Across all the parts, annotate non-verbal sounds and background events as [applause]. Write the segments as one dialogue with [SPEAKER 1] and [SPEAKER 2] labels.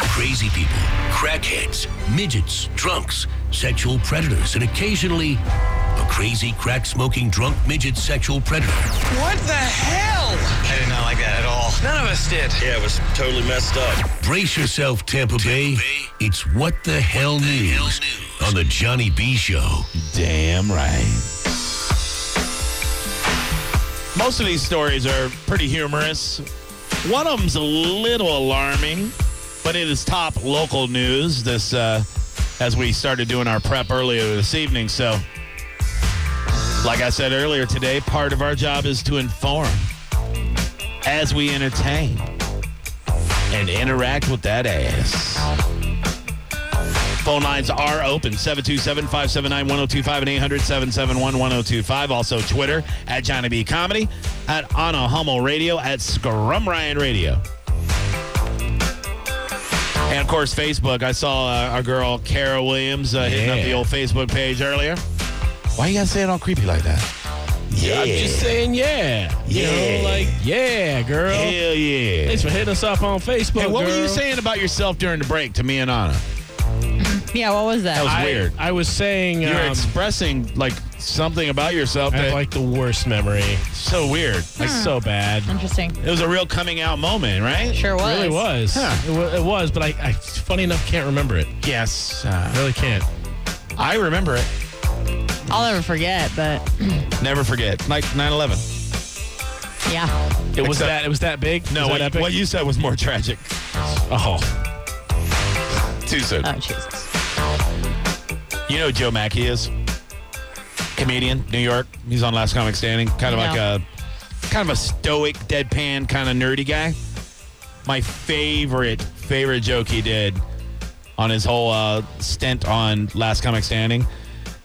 [SPEAKER 1] crazy people, crackheads, midgets, drunks, sexual predators, and occasionally a crazy crack smoking drunk midget sexual predator.
[SPEAKER 2] What the hell?
[SPEAKER 3] I did not like that at all.
[SPEAKER 2] None of us did.
[SPEAKER 3] Yeah, it was totally messed up.
[SPEAKER 1] Brace yourself, Tampa, Bay. It's what the hell news, on the Johnny B Show.
[SPEAKER 4] Damn right. Most of these stories are pretty humorous. One of them's a little alarming, but it is top local news. This, uh, as we started doing our prep earlier this evening. So, like I said earlier today, part of our job is to inform as we entertain and interact with that ass. Phone lines are open 727 579 1025 and 800 771 1025. Also, Twitter at Johnny B Comedy, at Anna Hummel Radio, at Scrum Ryan Radio. And of course, Facebook. I saw uh, our girl Kara Williams uh, hitting up
[SPEAKER 1] Yeah.
[SPEAKER 4] the old Facebook page earlier. Why you gotta say it all creepy like that? Yeah.
[SPEAKER 5] I'm just saying, yeah. You
[SPEAKER 4] Yeah.
[SPEAKER 5] know, like, yeah, girl.
[SPEAKER 4] Hell yeah.
[SPEAKER 5] Thanks for hitting us up on Facebook.
[SPEAKER 4] Hey, what were you
[SPEAKER 5] girl.
[SPEAKER 4] saying about yourself during the break to me and Anna?
[SPEAKER 6] Yeah, what was that?
[SPEAKER 4] That was
[SPEAKER 5] I,
[SPEAKER 4] weird.
[SPEAKER 5] I was saying
[SPEAKER 4] You're
[SPEAKER 5] um,
[SPEAKER 4] expressing like something about yourself
[SPEAKER 5] I
[SPEAKER 4] that
[SPEAKER 5] have like the worst memory.
[SPEAKER 4] so weird.
[SPEAKER 5] Like so bad.
[SPEAKER 6] Interesting.
[SPEAKER 4] It was a real coming out moment, right?
[SPEAKER 6] Sure was.
[SPEAKER 5] It really was.
[SPEAKER 4] Huh.
[SPEAKER 5] It, wa- it was, but I, I, funny enough, can't remember it.
[SPEAKER 4] Yes. Uh,
[SPEAKER 5] Really can't.
[SPEAKER 4] I remember it.
[SPEAKER 6] I'll never forget, but
[SPEAKER 4] Never forget. Like 9/11.
[SPEAKER 6] yeah.
[SPEAKER 5] It was
[SPEAKER 4] Except-
[SPEAKER 5] that. It was that big.
[SPEAKER 4] No,
[SPEAKER 5] was
[SPEAKER 4] what,
[SPEAKER 5] that epic?
[SPEAKER 4] what you said was more tragic.
[SPEAKER 5] oh,
[SPEAKER 4] Too soon.
[SPEAKER 6] Oh Jesus.
[SPEAKER 4] You know who Joe Mackey is? Comedian, New York. He's on Last Comic Standing. Kind of
[SPEAKER 6] No.
[SPEAKER 4] like a kind of a stoic, deadpan, kind of nerdy guy. My favorite, favorite joke he did on his whole uh, stint on Last Comic Standing.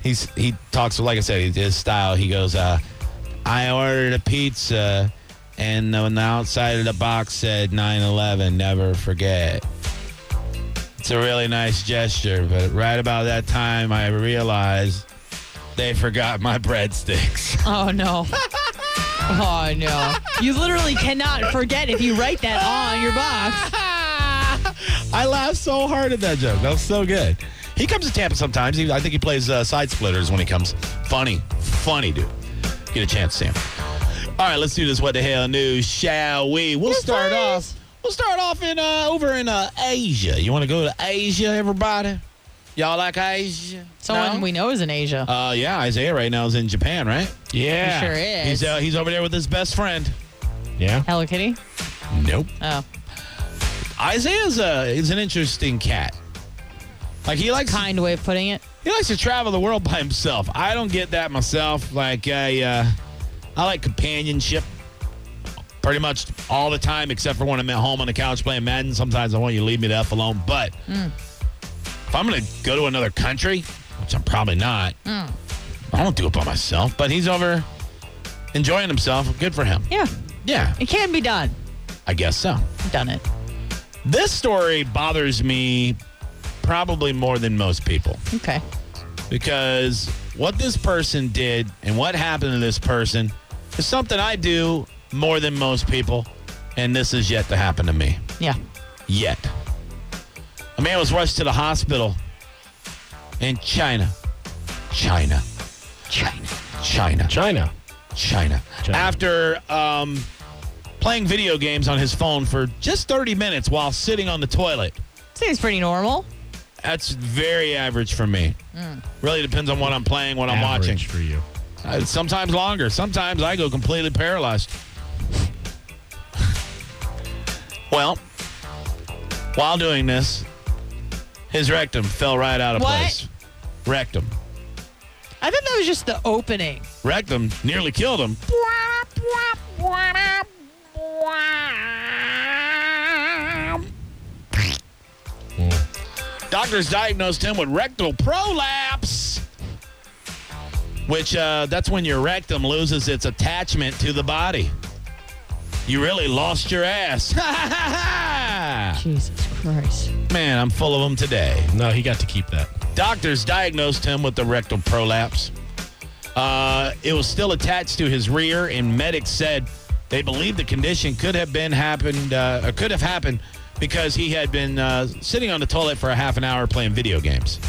[SPEAKER 4] He's he talks like I said, he- his style. He goes, uh, "I ordered a pizza, and on the outside of the box said 9/11. Never forget." It's a really nice gesture, but right about that time, I realized they forgot my [laughs] breadsticks. [laughs]
[SPEAKER 6] Oh no. [laughs] Oh no. You literally cannot forget if you write that on your box.
[SPEAKER 4] I laughed so hard at that joke. That was so good. He comes to Tampa sometimes. He, I think he plays uh, side splitters when he comes. Funny, funny dude. Get a chance, Sam. All right, let's do this. What the hell news? Shall we? We'll start off. We'll start off in uh, over in uh, Asia. You want to go to Asia, everybody? Y'all like Asia?
[SPEAKER 6] Someone
[SPEAKER 4] No?
[SPEAKER 6] we know is in Asia.
[SPEAKER 4] Uh, yeah, Isaiah right now is in Japan, right?
[SPEAKER 5] yeah.
[SPEAKER 6] He sure is.
[SPEAKER 4] He's uh, he's over there with his best friend.
[SPEAKER 5] Yeah.
[SPEAKER 6] Hello Kitty.
[SPEAKER 4] Nope.
[SPEAKER 6] Oh,
[SPEAKER 4] Isaiah's a is an interesting cat. Like he likes
[SPEAKER 6] kind way of putting it.
[SPEAKER 4] he likes to travel the world by himself. I don't get that myself. Like I uh, I like companionship pretty much all the time, except for when I'm at home on the couch playing Madden. Sometimes I want you to leave me the F alone. But if I'm gonna go to another country, which I'm probably not, I won't do it by myself. But he's over enjoying himself. Good for him.
[SPEAKER 6] Yeah,
[SPEAKER 4] Yeah,
[SPEAKER 6] it can be done.
[SPEAKER 4] I guess so.
[SPEAKER 6] I've done it.
[SPEAKER 4] This story bothers me probably more than most people
[SPEAKER 6] Okay.
[SPEAKER 4] because what this person did and what happened to this person is something I do more than most people, and this is yet to happen to me.
[SPEAKER 6] Yeah.
[SPEAKER 4] Yet. A man was rushed to the hospital in China. China.
[SPEAKER 6] China.
[SPEAKER 4] China.
[SPEAKER 5] China.
[SPEAKER 4] China.
[SPEAKER 5] China.
[SPEAKER 4] After um, playing video games on his phone for just 30 minutes while sitting on the toilet.
[SPEAKER 6] Seems pretty normal.
[SPEAKER 4] That's very average for me. Really depends on what I'm playing, what I'm
[SPEAKER 5] Mm. Average
[SPEAKER 4] watching.
[SPEAKER 5] for you.
[SPEAKER 4] Uh, sometimes longer. Sometimes I go completely paralyzed. well, while doing this, his rectum fell right out of
[SPEAKER 6] What?
[SPEAKER 4] place. Rectum.
[SPEAKER 6] I thought that was just the opening.
[SPEAKER 4] Rectum nearly killed him. Doctors diagnosed him with rectal prolapse, which uh, that's when your rectum loses its attachment to the body. You really lost your ass. [laughs] Ah.
[SPEAKER 6] Jesus Christ.
[SPEAKER 4] Man, I'm full of them today.
[SPEAKER 5] No, he got to keep that.
[SPEAKER 4] Doctors diagnosed him with the rectal prolapse. Uh, it was still attached to his rear, and medics said they believe the condition could have been happened, uh, or could have happened because he had been uh, sitting on the toilet for a half an hour playing video games.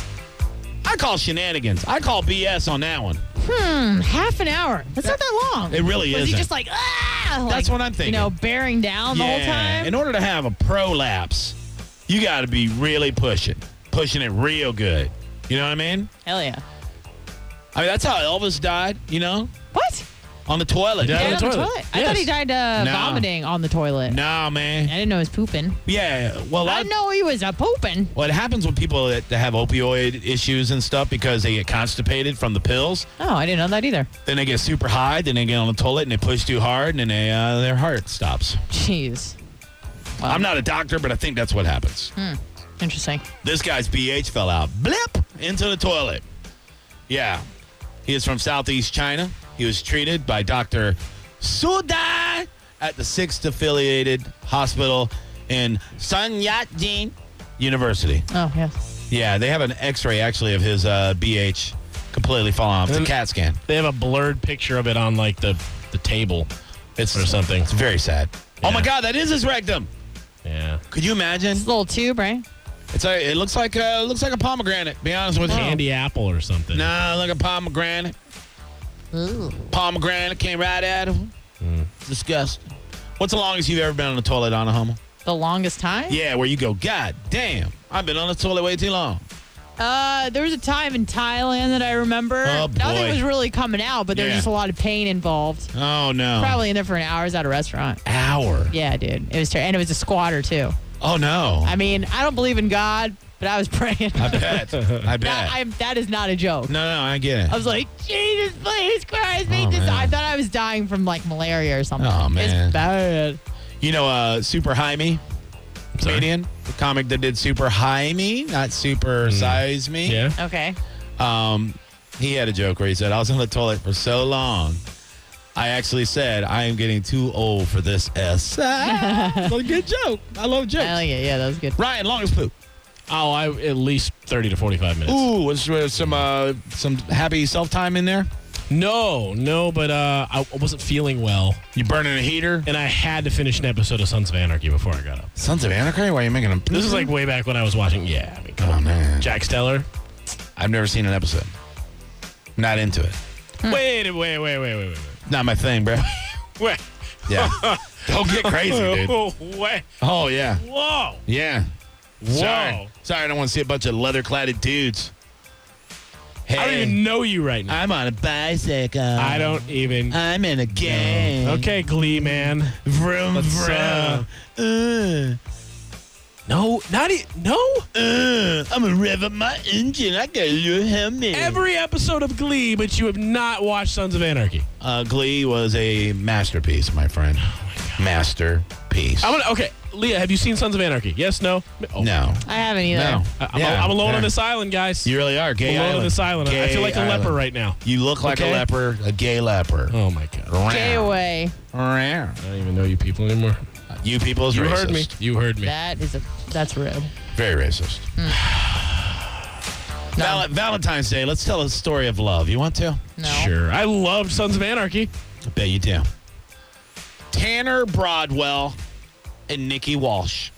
[SPEAKER 4] I call shenanigans. I call BS on that one.
[SPEAKER 6] Hmm, half an hour. That's not that long.
[SPEAKER 4] It really
[SPEAKER 6] Was he
[SPEAKER 4] isn't.
[SPEAKER 6] just like, ah?
[SPEAKER 4] That's
[SPEAKER 6] like,
[SPEAKER 4] what I'm thinking.
[SPEAKER 6] You know, bearing down the whole time?
[SPEAKER 4] In order to have a prolapse, you got to be really pushing, pushing it real good. You know what I mean?
[SPEAKER 6] Hell yeah.
[SPEAKER 4] I mean, that's how Elvis died, you know,
[SPEAKER 6] What?
[SPEAKER 4] on the toilet.
[SPEAKER 5] Yeah.
[SPEAKER 6] Died
[SPEAKER 5] the
[SPEAKER 6] on the
[SPEAKER 5] toilet.
[SPEAKER 6] toilet? I thought he
[SPEAKER 5] Yes.
[SPEAKER 6] died uh,
[SPEAKER 4] No.
[SPEAKER 6] vomiting on the toilet.
[SPEAKER 4] Nah,
[SPEAKER 6] I
[SPEAKER 4] man.
[SPEAKER 6] didn't know he was pooping.
[SPEAKER 4] Yeah. Well, a lot,
[SPEAKER 6] I didn't know he was a pooping.
[SPEAKER 4] what happens with people that, that have opioid issues and stuff because they get constipated from the pills,
[SPEAKER 6] Oh, I didn't know that either.
[SPEAKER 4] then they get super high, then they get on the toilet and they push too hard and then they, uh, their heart stops.
[SPEAKER 6] Jeez.
[SPEAKER 4] I'm not a doctor, but I think that's what happens.
[SPEAKER 6] Hmm. Interesting.
[SPEAKER 4] This guy's BH fell out. Blip into the toilet. Yeah. He is from Southeast China. He was treated by Dr. Sudai at the 6th affiliated hospital in Sun Yat-jin University.
[SPEAKER 6] Oh, yeah.
[SPEAKER 4] Yeah, they have an x-ray actually of his uh, BH completely falling off. It's a
[SPEAKER 5] And-
[SPEAKER 4] CAT scan.
[SPEAKER 5] They have a blurred picture of it on like the the table. It's or something.
[SPEAKER 4] It's very sad. Oh
[SPEAKER 5] Yeah.
[SPEAKER 4] my god, that is his rectum.
[SPEAKER 5] Yeah.
[SPEAKER 4] Could you imagine?
[SPEAKER 6] It's a little tube, right?
[SPEAKER 4] It's a, it looks like uh, looks like a pomegranate, be honest with you.
[SPEAKER 5] Candy apple or something.
[SPEAKER 4] Oh. Nah, look at pomegranate.
[SPEAKER 6] Ooh.
[SPEAKER 4] pomegranate came right at him. Disgusting. What's the longest you've ever been on the toilet on a homo?
[SPEAKER 6] The longest time?
[SPEAKER 4] Yeah, where you go, God damn, I've been on the toilet way too long.
[SPEAKER 6] Uh, there was a time in Thailand that I remember.
[SPEAKER 4] Oh, boy.
[SPEAKER 6] Nothing was really coming out, but there
[SPEAKER 4] Yeah.
[SPEAKER 6] was just a lot of pain involved.
[SPEAKER 4] Oh no.
[SPEAKER 6] Probably in there for an hour. I was at a restaurant.
[SPEAKER 4] hour.
[SPEAKER 6] Yeah, dude. It was terrible. And it was a squatter, too.
[SPEAKER 4] Oh no.
[SPEAKER 6] I mean, I don't believe in God, but I was [laughs] praying.
[SPEAKER 4] I [laughs] bet. I bet.
[SPEAKER 6] That, I, that is not a joke.
[SPEAKER 4] no, no, I get
[SPEAKER 6] I
[SPEAKER 4] it.
[SPEAKER 6] was like, Jesus, please, Christ, make
[SPEAKER 4] Oh,
[SPEAKER 6] this.
[SPEAKER 4] man.
[SPEAKER 6] I thought I was dying from like malaria or something.
[SPEAKER 4] Oh, man.
[SPEAKER 6] It's bad.
[SPEAKER 4] You know, uh, Super Jaime,
[SPEAKER 5] Sorry.
[SPEAKER 4] comedian, the comic that did Super Jaime, not Super Size Me.
[SPEAKER 5] Yeah.
[SPEAKER 6] Okay.
[SPEAKER 4] Um, he had a joke where he said, I was on the toilet for so long. I actually said, I am getting too old for this S. [laughs] Ah, good joke. I love jokes.
[SPEAKER 6] I like it. Yeah, that was good.
[SPEAKER 4] Ryan, longest poop.
[SPEAKER 5] Oh, I at least thirty to forty-five minutes.
[SPEAKER 4] Ooh, was there some uh, some happy self time in there?
[SPEAKER 5] No, no, but uh, I I wasn't feeling well,
[SPEAKER 4] You burning a heater?
[SPEAKER 5] and I had to finish an episode of Sons of Anarchy before I got up.
[SPEAKER 4] Sons of Anarchy? Why are you making them? Oh,
[SPEAKER 5] This is like way back when I was watching. Yeah, I mean, come on,
[SPEAKER 4] man.
[SPEAKER 5] Jack Steller.
[SPEAKER 4] I've never seen an episode. Not into it.
[SPEAKER 5] Wait, wait, wait, wait, wait, wait,
[SPEAKER 4] Not my thing, bro. [laughs]
[SPEAKER 5] wait.
[SPEAKER 4] Yeah. [laughs] Don't get crazy, [laughs] dude.
[SPEAKER 5] Oh, [laughs] wait.
[SPEAKER 4] Oh yeah,
[SPEAKER 5] Whoa.
[SPEAKER 4] yeah.
[SPEAKER 5] Whoa.
[SPEAKER 4] Sorry, sorry. I don't want to see a bunch of leather cladded dudes. Hey,
[SPEAKER 5] I don't even know you right now.
[SPEAKER 4] I'm on a bicycle.
[SPEAKER 5] I don't even.
[SPEAKER 4] I'm in a gang.
[SPEAKER 5] Okay, Glee man.
[SPEAKER 4] Vroom
[SPEAKER 5] Let's,
[SPEAKER 4] vroom. Uh,
[SPEAKER 5] No, not e- no.
[SPEAKER 4] uh, I'm gonna rev up my engine. I got a little helmet.
[SPEAKER 5] Every episode of Glee, but you have not watched Sons of Anarchy.
[SPEAKER 4] Uh, Glee was a masterpiece, my friend. masterpiece.
[SPEAKER 5] Oh, I'm gonna, okay, Leah, have you seen Sons of Anarchy? Yes, no. Oh.
[SPEAKER 4] no,
[SPEAKER 6] I haven't either.
[SPEAKER 4] no.
[SPEAKER 5] I- I'm,
[SPEAKER 4] Yeah,
[SPEAKER 5] I'm alone
[SPEAKER 4] yeah.
[SPEAKER 5] on this island, guys.
[SPEAKER 4] You really are gay.
[SPEAKER 5] alone
[SPEAKER 4] island.
[SPEAKER 5] on this island. I
[SPEAKER 4] Gay
[SPEAKER 5] feel like a
[SPEAKER 4] island.
[SPEAKER 5] leper right now.
[SPEAKER 4] You look like
[SPEAKER 5] Okay?
[SPEAKER 4] a leper, a gay leper.
[SPEAKER 5] Oh my god.
[SPEAKER 6] Stay away.
[SPEAKER 4] Rawr.
[SPEAKER 5] I don't even know you people anymore.
[SPEAKER 4] You people is
[SPEAKER 5] You
[SPEAKER 4] racist.
[SPEAKER 5] heard me. You heard me.
[SPEAKER 6] That is a. That's rude.
[SPEAKER 4] Very racist. [sighs]
[SPEAKER 5] Hmm.
[SPEAKER 4] Val- Valentine's Day. Let's tell a story of love. You want to?
[SPEAKER 6] No.
[SPEAKER 5] Sure. I loved Sons of Anarchy.
[SPEAKER 4] I bet you do. Tanner Broadwell and Nikki Walsh.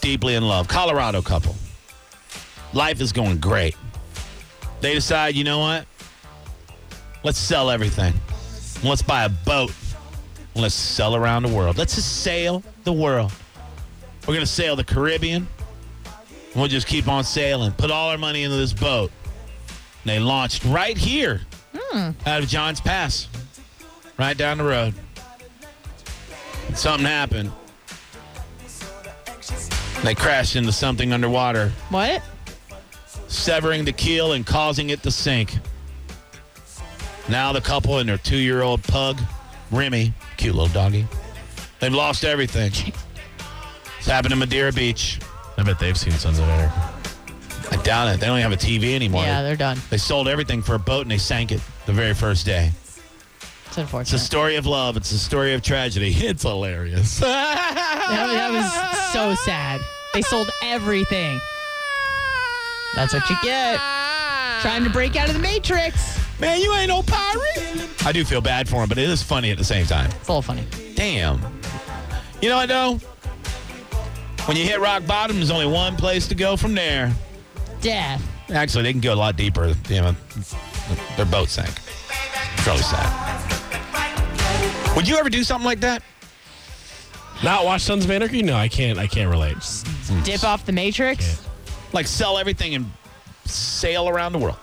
[SPEAKER 4] Deeply in love. Colorado couple. Life is going great. They decide, you know what? Let's sell everything. Let's buy a boat. Let's sail around the world. Let's just sail the world. We're going to sail the Caribbean. And we'll just keep on sailing. Put all our money into this boat. And they launched right here out of John's Pass, right down the road. Something happened. They crashed into something underwater,
[SPEAKER 6] What?
[SPEAKER 4] severing the keel and causing it to sink. Now the couple and their two-year-old pug, Remy, cute little doggy, they've lost everything. It's happened in Madeira Beach.
[SPEAKER 5] I bet they've seen Sons of Anarchy.
[SPEAKER 4] I doubt it. They don't even have a TV anymore.
[SPEAKER 6] Yeah, they're done.
[SPEAKER 4] they sold everything for a boat and they sank it the very first day.
[SPEAKER 6] It's
[SPEAKER 4] It's a
[SPEAKER 6] unfortunate.
[SPEAKER 4] story of love. It's a story of tragedy. [laughs] It's hilarious.
[SPEAKER 6] that, that was so sad. They sold everything. That's what you get. Trying to break out of the matrix.
[SPEAKER 4] Man, you ain't no pirate. I do feel bad for him, but it is funny at the same time.
[SPEAKER 6] It's a little funny.
[SPEAKER 4] Damn. You know what, though? When you hit rock bottom, there's only one place to go from there.
[SPEAKER 6] Death.
[SPEAKER 4] Actually, they can go a lot deeper. You know, their boat sank. It's really sad. Would you ever do something like that?
[SPEAKER 5] Not watch Sons of Anarchy? No, I can't. I can't relate.
[SPEAKER 4] Mm.
[SPEAKER 6] Dip off the Matrix.
[SPEAKER 4] Like sell everything and sail around the world?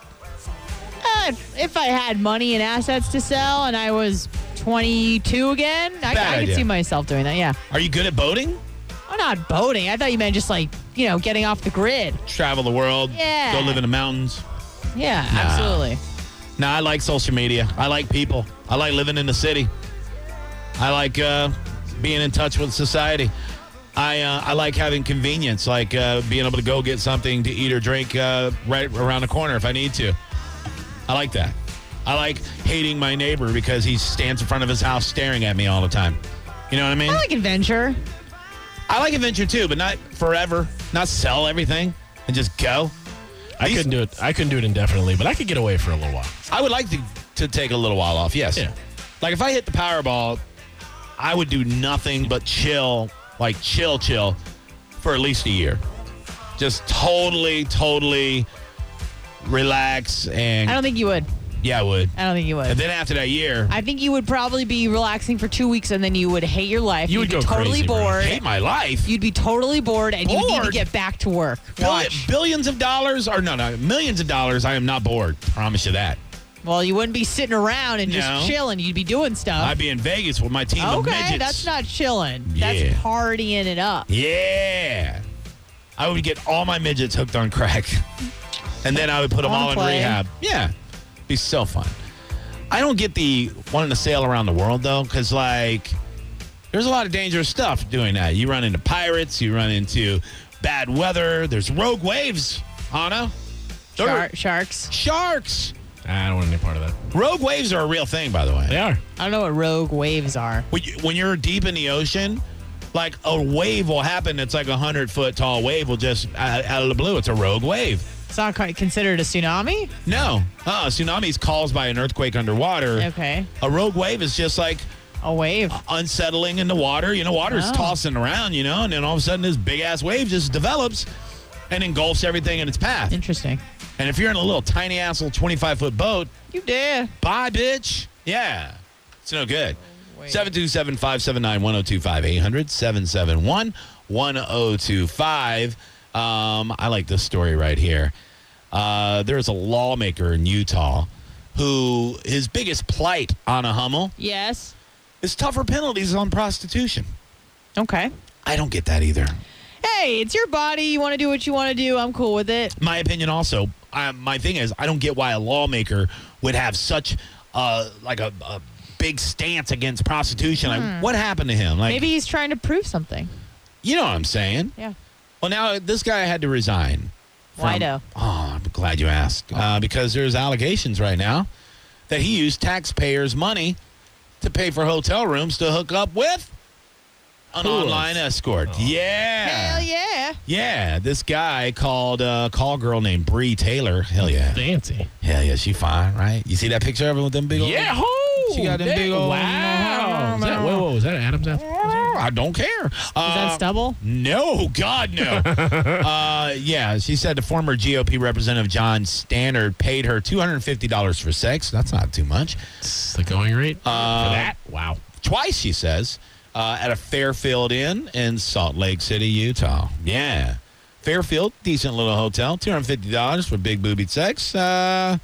[SPEAKER 6] Uh, if I had money and assets to sell, and I was 22 again, I,
[SPEAKER 4] Bad
[SPEAKER 6] I could
[SPEAKER 4] idea.
[SPEAKER 6] see myself doing that. Yeah.
[SPEAKER 4] Are you good at boating?
[SPEAKER 6] I'm not boating. I thought you meant just like you know getting off the grid.
[SPEAKER 4] Travel the world?
[SPEAKER 6] Yeah.
[SPEAKER 4] Go live in the mountains?
[SPEAKER 6] Yeah, absolutely.
[SPEAKER 4] No, I like social media. I like people. I like living in the city. I like uh, being in touch with society. I uh, I like having convenience, like uh, being able to go get something to eat or drink uh, right around the corner if I need to. I like that. I like hating my neighbor because he stands in front of his house staring at me all the time. You know what I mean?
[SPEAKER 6] I like adventure.
[SPEAKER 4] I like adventure too, but not forever. Not sell everything and just go.
[SPEAKER 5] I
[SPEAKER 4] These-
[SPEAKER 5] couldn't do it. I couldn't do it indefinitely, but I could get away for a little while.
[SPEAKER 4] I would like to, to take a little while off. Yes.
[SPEAKER 5] Yeah.
[SPEAKER 4] Like if I hit the Powerball, I would do nothing but chill, like chill, chill, for at least a year. Just totally, totally relax and
[SPEAKER 6] I don't think you would.
[SPEAKER 4] yeah, I would.
[SPEAKER 6] I don't think you would.
[SPEAKER 4] And then after that year, I
[SPEAKER 6] I think you would probably be relaxing for two weeks, and then you would hate your life.
[SPEAKER 5] You
[SPEAKER 6] would
[SPEAKER 5] would
[SPEAKER 6] be
[SPEAKER 5] go
[SPEAKER 6] totally
[SPEAKER 5] crazy, bro.
[SPEAKER 6] bored.
[SPEAKER 4] hate my life.
[SPEAKER 6] You'd be totally bored, and you would need to
[SPEAKER 4] Bored?
[SPEAKER 6] get back to work.
[SPEAKER 4] Bill-
[SPEAKER 6] Watch.
[SPEAKER 4] Billions of dollars, or no, no, millions of dollars. I am not bored. Promise you that.
[SPEAKER 6] Well, you wouldn't be sitting around and just
[SPEAKER 4] No.
[SPEAKER 6] chilling. You'd be doing stuff.
[SPEAKER 4] I'd be in Vegas with my team of
[SPEAKER 6] Oh. okay,
[SPEAKER 4] midgets.
[SPEAKER 6] that's not chilling.
[SPEAKER 4] Yeah.
[SPEAKER 6] That's partying it up.
[SPEAKER 4] Yeah. I would get all my midgets hooked on crack. [laughs] And then I would put them
[SPEAKER 6] I wanna
[SPEAKER 4] all in
[SPEAKER 6] play.
[SPEAKER 4] rehab. Yeah. Be so fun. I don't get the wanting to sail around the world though, because like there's a lot of dangerous stuff doing that. You run into pirates, you run into bad weather, there's rogue waves, Anna. There were-
[SPEAKER 6] Shar- sharks.
[SPEAKER 4] Sharks.
[SPEAKER 5] I don't want any part of that.
[SPEAKER 4] Rogue waves are a real thing, by the way.
[SPEAKER 5] They are.
[SPEAKER 6] I don't know what rogue waves are.
[SPEAKER 4] when, you, when you're deep in the ocean, like a wave will happen. It's like a hundred foot tall wave will just uh, out, out of the blue. It's a rogue wave.
[SPEAKER 6] It's not quite considered a tsunami.
[SPEAKER 4] No, uh, tsunamis caused by an earthquake underwater.
[SPEAKER 6] Okay,
[SPEAKER 4] A rogue wave is just like
[SPEAKER 6] a wave.
[SPEAKER 4] unsettling in the water. You know, water's
[SPEAKER 6] Oh.
[SPEAKER 4] tossing around. You know, and then all of a sudden this big ass wave just develops and engulfs everything in its path.
[SPEAKER 6] Interesting.
[SPEAKER 4] And if you're in a little tiny ass little 25 foot boat,
[SPEAKER 6] You did.
[SPEAKER 4] Bye, bitch. Yeah. It's no good.
[SPEAKER 6] Oh, Wait.
[SPEAKER 4] 727 579 1025 800 771 1025. Um, I like this story right here. Uh, there's a lawmaker in Utah who his biggest plight on a Hummel
[SPEAKER 6] Yes.
[SPEAKER 4] is tougher penalties on prostitution.
[SPEAKER 6] Okay.
[SPEAKER 4] I don't get that either.
[SPEAKER 6] Hey, it's your body. You want to do what you want to do. I'm cool with it.
[SPEAKER 4] my opinion also I, my thing is i don't get why a lawmaker would have such uh like a, a big stance against prostitution like what happened to him like
[SPEAKER 6] Hmm. Maybe he's trying to prove something.
[SPEAKER 4] you know what i'm saying
[SPEAKER 6] Yeah.
[SPEAKER 4] well now this guy had to resign from-
[SPEAKER 6] Why do?
[SPEAKER 4] oh i'm glad you asked uh, because there's allegations right now that he used taxpayers money to pay for hotel rooms to hook up with an
[SPEAKER 5] Who else? Oh.
[SPEAKER 4] online escort yeah
[SPEAKER 6] Hell yeah.
[SPEAKER 4] yeah this guy called uh, call girl named bree taylor hell yeah
[SPEAKER 5] Fancy.
[SPEAKER 4] Hell yeah, she fine, right? You see that picture of her with them big old
[SPEAKER 5] Yahoo!
[SPEAKER 4] She got them big old-
[SPEAKER 5] Wow. Is that, whoa, whoa, is that Adam's apple?
[SPEAKER 4] I don't care.
[SPEAKER 6] Is
[SPEAKER 4] Uh,
[SPEAKER 6] that stubble?
[SPEAKER 4] no, God, no. uh, yeah, she said the former GOP representative John Stannard paid her $250 for sex. That's not too much.
[SPEAKER 5] It's the going rate for that. Wow.
[SPEAKER 4] Twice, she says, uh, at a Fairfield Inn in Salt Lake City, Utah. Yeah. Fairfield, decent little hotel, $250 for big booby sex. Uh,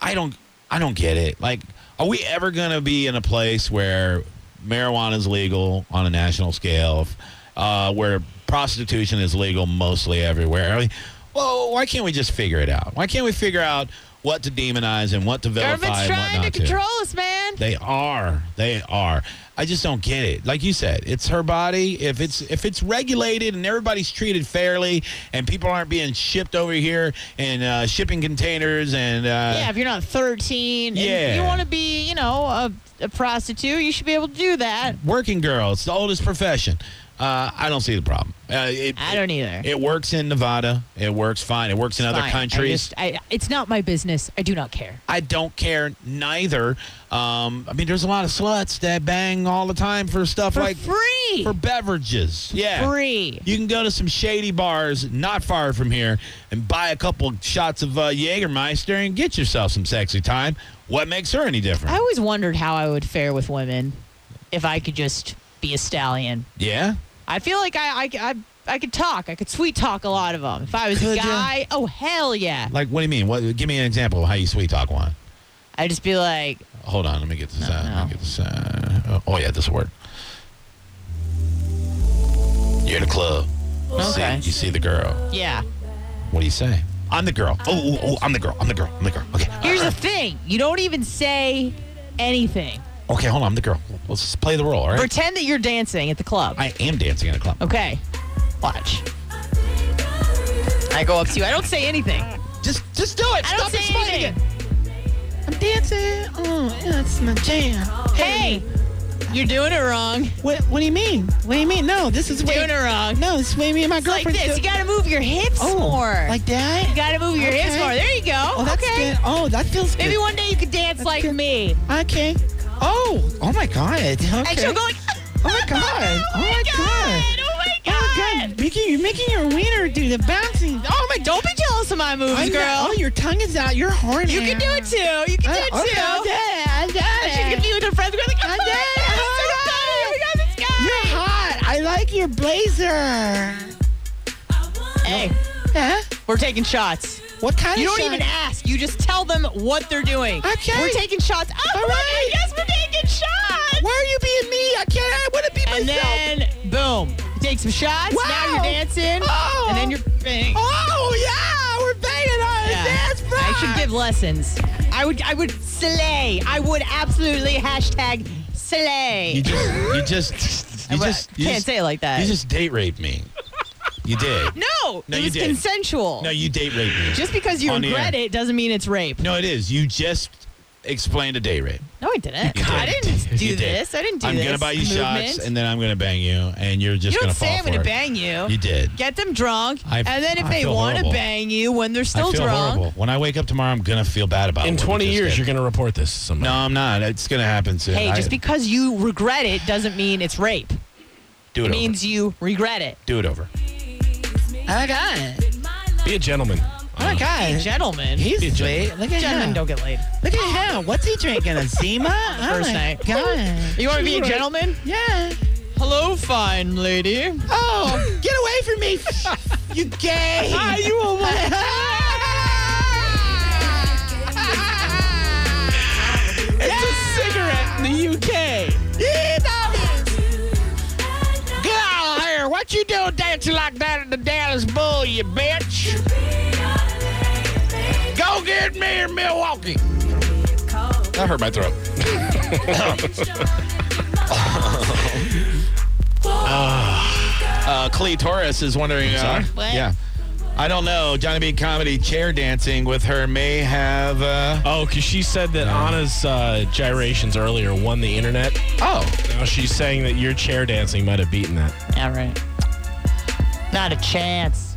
[SPEAKER 4] I don't I don't get it. Like, are we ever gonna be in a place where marijuana is legal on a national scale, uh, where prostitution is legal mostly everywhere? I mean, well, why can't we just figure it out? Why can't we figure out what to demonize and what to vilify
[SPEAKER 6] Government's
[SPEAKER 4] and what
[SPEAKER 6] trying to
[SPEAKER 4] not to?
[SPEAKER 6] control us, man.
[SPEAKER 4] They are. They are. I just don't get it. Like you said, it's her body. If it's if it's regulated and everybody's treated fairly, and people aren't being shipped over here in uh, shipping containers and uh,
[SPEAKER 6] yeah, if you're not 13, and
[SPEAKER 4] Yeah.
[SPEAKER 6] you want to be, you know, a, a prostitute, you should be able to do that.
[SPEAKER 4] working girl. It's the oldest profession. Uh, I don't see the problem. Uh, it,
[SPEAKER 6] I don't either.
[SPEAKER 4] It works in Nevada. It works fine. It works in other
[SPEAKER 6] Fine. I
[SPEAKER 4] countries.
[SPEAKER 6] just- I- it's not my business. I do not care.
[SPEAKER 4] I don't care neither. Um, I mean, there's a lot of sluts that bang all the time for stuff
[SPEAKER 6] For
[SPEAKER 4] like
[SPEAKER 6] free.
[SPEAKER 4] for beverages. Yeah,
[SPEAKER 6] Free.
[SPEAKER 4] You can go to some shady bars not far from here and buy a couple shots of uh, Jägermeister and get yourself some sexy time. What makes her any different?
[SPEAKER 6] I always wondered how I would fare with women if I could just be a stallion.
[SPEAKER 4] yeah,
[SPEAKER 6] I feel like I I, I, I could talk. I could sweet talk a lot of them. If I was
[SPEAKER 4] Could
[SPEAKER 6] a
[SPEAKER 4] ya?
[SPEAKER 6] guy, oh hell yeah!
[SPEAKER 4] like what do you mean? What? Give me an example of how you sweet talk one.
[SPEAKER 6] I'd just be like,
[SPEAKER 4] Hold on, let me get this.
[SPEAKER 6] No,
[SPEAKER 4] out. Let
[SPEAKER 6] no.
[SPEAKER 4] me get this. Uh, oh yeah, this will work. You're in a club. You
[SPEAKER 6] Okay.
[SPEAKER 4] See, you see the girl.
[SPEAKER 6] yeah.
[SPEAKER 4] What do you say? I'm the girl. Oh, oh, oh, I'm the girl. I'm the girl. I'm the girl. Okay. Uh,
[SPEAKER 6] Here's the thing: you don't even say anything.
[SPEAKER 4] uh, Okay, hold on. I'm the girl. Let's just play the role, all right?
[SPEAKER 6] Pretend that you're dancing at the club.
[SPEAKER 4] I am dancing in a club.
[SPEAKER 6] okay, watch. I go up to you. I don't say anything.
[SPEAKER 4] Just just do it.
[SPEAKER 6] I don't
[SPEAKER 4] Stop
[SPEAKER 6] say
[SPEAKER 4] explaining
[SPEAKER 6] anything.
[SPEAKER 4] it.
[SPEAKER 6] I'm dancing. Oh,
[SPEAKER 4] Mm,
[SPEAKER 6] that's my jam. Hey, you're doing it wrong.
[SPEAKER 4] What, what do you mean? What do you mean? No, this is
[SPEAKER 6] You're doing it wrong.
[SPEAKER 4] No, this is way me and my Oh,
[SPEAKER 6] It's like this. You gotta move your hips more.
[SPEAKER 4] that?
[SPEAKER 6] you gotta move your hips
[SPEAKER 4] Okay.
[SPEAKER 6] more. There you go. okay.
[SPEAKER 4] Oh, that feels
[SPEAKER 6] Maybe one day you could dance like
[SPEAKER 4] good.
[SPEAKER 6] me.
[SPEAKER 4] Okay. Oh, oh my God.
[SPEAKER 6] And she'll go like, [laughs]
[SPEAKER 4] Oh my God. Oh my God.
[SPEAKER 6] Oh my god.
[SPEAKER 4] Mickey, you're making your wiener do the bouncing. Oh my
[SPEAKER 6] Don't be jealous of my moves, girl.
[SPEAKER 4] your tongue is out. You're horny. Uh,
[SPEAKER 6] you can do it too. You can do it too.
[SPEAKER 4] I did it.
[SPEAKER 6] I should give you and her friends. We're like, oh, my
[SPEAKER 4] I
[SPEAKER 6] God,
[SPEAKER 4] did it.
[SPEAKER 6] I'm so
[SPEAKER 4] Oh,
[SPEAKER 6] excited. Oh my God, this guy.
[SPEAKER 4] hot. I like your blazer.
[SPEAKER 6] Hey,
[SPEAKER 4] Huh?
[SPEAKER 6] we're taking shots.
[SPEAKER 4] What kind
[SPEAKER 6] You
[SPEAKER 4] of
[SPEAKER 6] don't even ask. You just tell them what they're doing.
[SPEAKER 4] Okay.
[SPEAKER 6] We're taking shots. Oh my
[SPEAKER 4] right.
[SPEAKER 6] God, yes, we're taking shots.
[SPEAKER 4] Why are you being me? I can't. I want to be
[SPEAKER 6] And
[SPEAKER 4] myself.
[SPEAKER 6] then, boom. You take some shots. Now
[SPEAKER 4] Wow.
[SPEAKER 6] you're dancing.
[SPEAKER 4] Oh.
[SPEAKER 6] And then you're bang.
[SPEAKER 4] oh yeah, we're banging on
[SPEAKER 6] Yeah.
[SPEAKER 4] yeah. dance floor.
[SPEAKER 6] I should give lessons. I would I would slay. I would absolutely hashtag slay.
[SPEAKER 4] You
[SPEAKER 6] [laughs]
[SPEAKER 4] just, you just,
[SPEAKER 6] I
[SPEAKER 4] you
[SPEAKER 6] wa-
[SPEAKER 4] just you
[SPEAKER 6] can't
[SPEAKER 4] just-
[SPEAKER 6] say it like that.
[SPEAKER 4] You just date raped me. You did.
[SPEAKER 6] no,
[SPEAKER 4] No,
[SPEAKER 6] it
[SPEAKER 4] you
[SPEAKER 6] was
[SPEAKER 4] did.
[SPEAKER 6] consensual.
[SPEAKER 4] No, you date raped me.
[SPEAKER 6] just because you
[SPEAKER 4] On the
[SPEAKER 6] regret
[SPEAKER 4] air.
[SPEAKER 6] it doesn't mean it's rape.
[SPEAKER 4] no, it is. You just explained a date rape.
[SPEAKER 6] No, I didn't.
[SPEAKER 4] You did.
[SPEAKER 6] I didn't do
[SPEAKER 4] You did.
[SPEAKER 6] this. I didn't do
[SPEAKER 4] I'm
[SPEAKER 6] this.
[SPEAKER 4] gonna buy you
[SPEAKER 6] movement.
[SPEAKER 4] shots, and then I'm gonna bang you, and you're just
[SPEAKER 6] you
[SPEAKER 4] gonna
[SPEAKER 6] don't
[SPEAKER 4] fall
[SPEAKER 6] say I'm
[SPEAKER 4] for
[SPEAKER 6] gonna
[SPEAKER 4] it.
[SPEAKER 6] bang you.
[SPEAKER 4] You did.
[SPEAKER 6] Get them drunk,
[SPEAKER 4] I-
[SPEAKER 6] and then if
[SPEAKER 4] I
[SPEAKER 6] they
[SPEAKER 4] feel
[SPEAKER 6] want to
[SPEAKER 4] horrible.
[SPEAKER 6] bang you when they're
[SPEAKER 4] I
[SPEAKER 6] still
[SPEAKER 4] feel
[SPEAKER 6] drunk,
[SPEAKER 4] horrible. When I wake up tomorrow, I'm gonna feel bad about.
[SPEAKER 5] In
[SPEAKER 4] what we
[SPEAKER 5] 20
[SPEAKER 4] just
[SPEAKER 5] years,
[SPEAKER 4] did.
[SPEAKER 5] you're going to report this to somebody.
[SPEAKER 4] No, I'm not. It's gonna happen soon.
[SPEAKER 6] hey,
[SPEAKER 4] I-
[SPEAKER 6] just because you regret it doesn't mean it's rape.
[SPEAKER 4] do it, over.
[SPEAKER 6] It means you regret it.
[SPEAKER 4] do it over.
[SPEAKER 6] I got it.
[SPEAKER 5] Be a gentleman.
[SPEAKER 7] Oh my
[SPEAKER 6] Hey,
[SPEAKER 7] God.
[SPEAKER 6] gentlemen.
[SPEAKER 7] He's
[SPEAKER 5] He's
[SPEAKER 7] sweet. Look at
[SPEAKER 6] Gentlemen
[SPEAKER 7] him.
[SPEAKER 6] don't get
[SPEAKER 7] [laughs]
[SPEAKER 6] laid.
[SPEAKER 7] Look at him. What's he drinking? A
[SPEAKER 6] [laughs]
[SPEAKER 7] Zima? Oh
[SPEAKER 6] First
[SPEAKER 7] my
[SPEAKER 6] night.
[SPEAKER 7] God.
[SPEAKER 6] You want to be a gentleman?
[SPEAKER 7] Yeah.
[SPEAKER 6] Hello, fine lady.
[SPEAKER 7] Oh, get away from me. [laughs] you gay.
[SPEAKER 6] Hi, you
[SPEAKER 7] [laughs] it's a cigarette in the UK.
[SPEAKER 4] Get out of here! What you doing dancing like that at the Dallas Bull, you bitch? Go get me in Milwaukee. That hurt my throat. uh, Clee Torres is wondering. Uh,
[SPEAKER 6] What?
[SPEAKER 4] Yeah. I don't know. Johnny B comedy chair dancing with her may have. Uh,
[SPEAKER 5] Oh, because she said that Anna's uh, gyrations earlier won the internet.
[SPEAKER 4] oh,
[SPEAKER 5] Now she's saying that your chair dancing might have beaten that.
[SPEAKER 6] All right. Not a chance.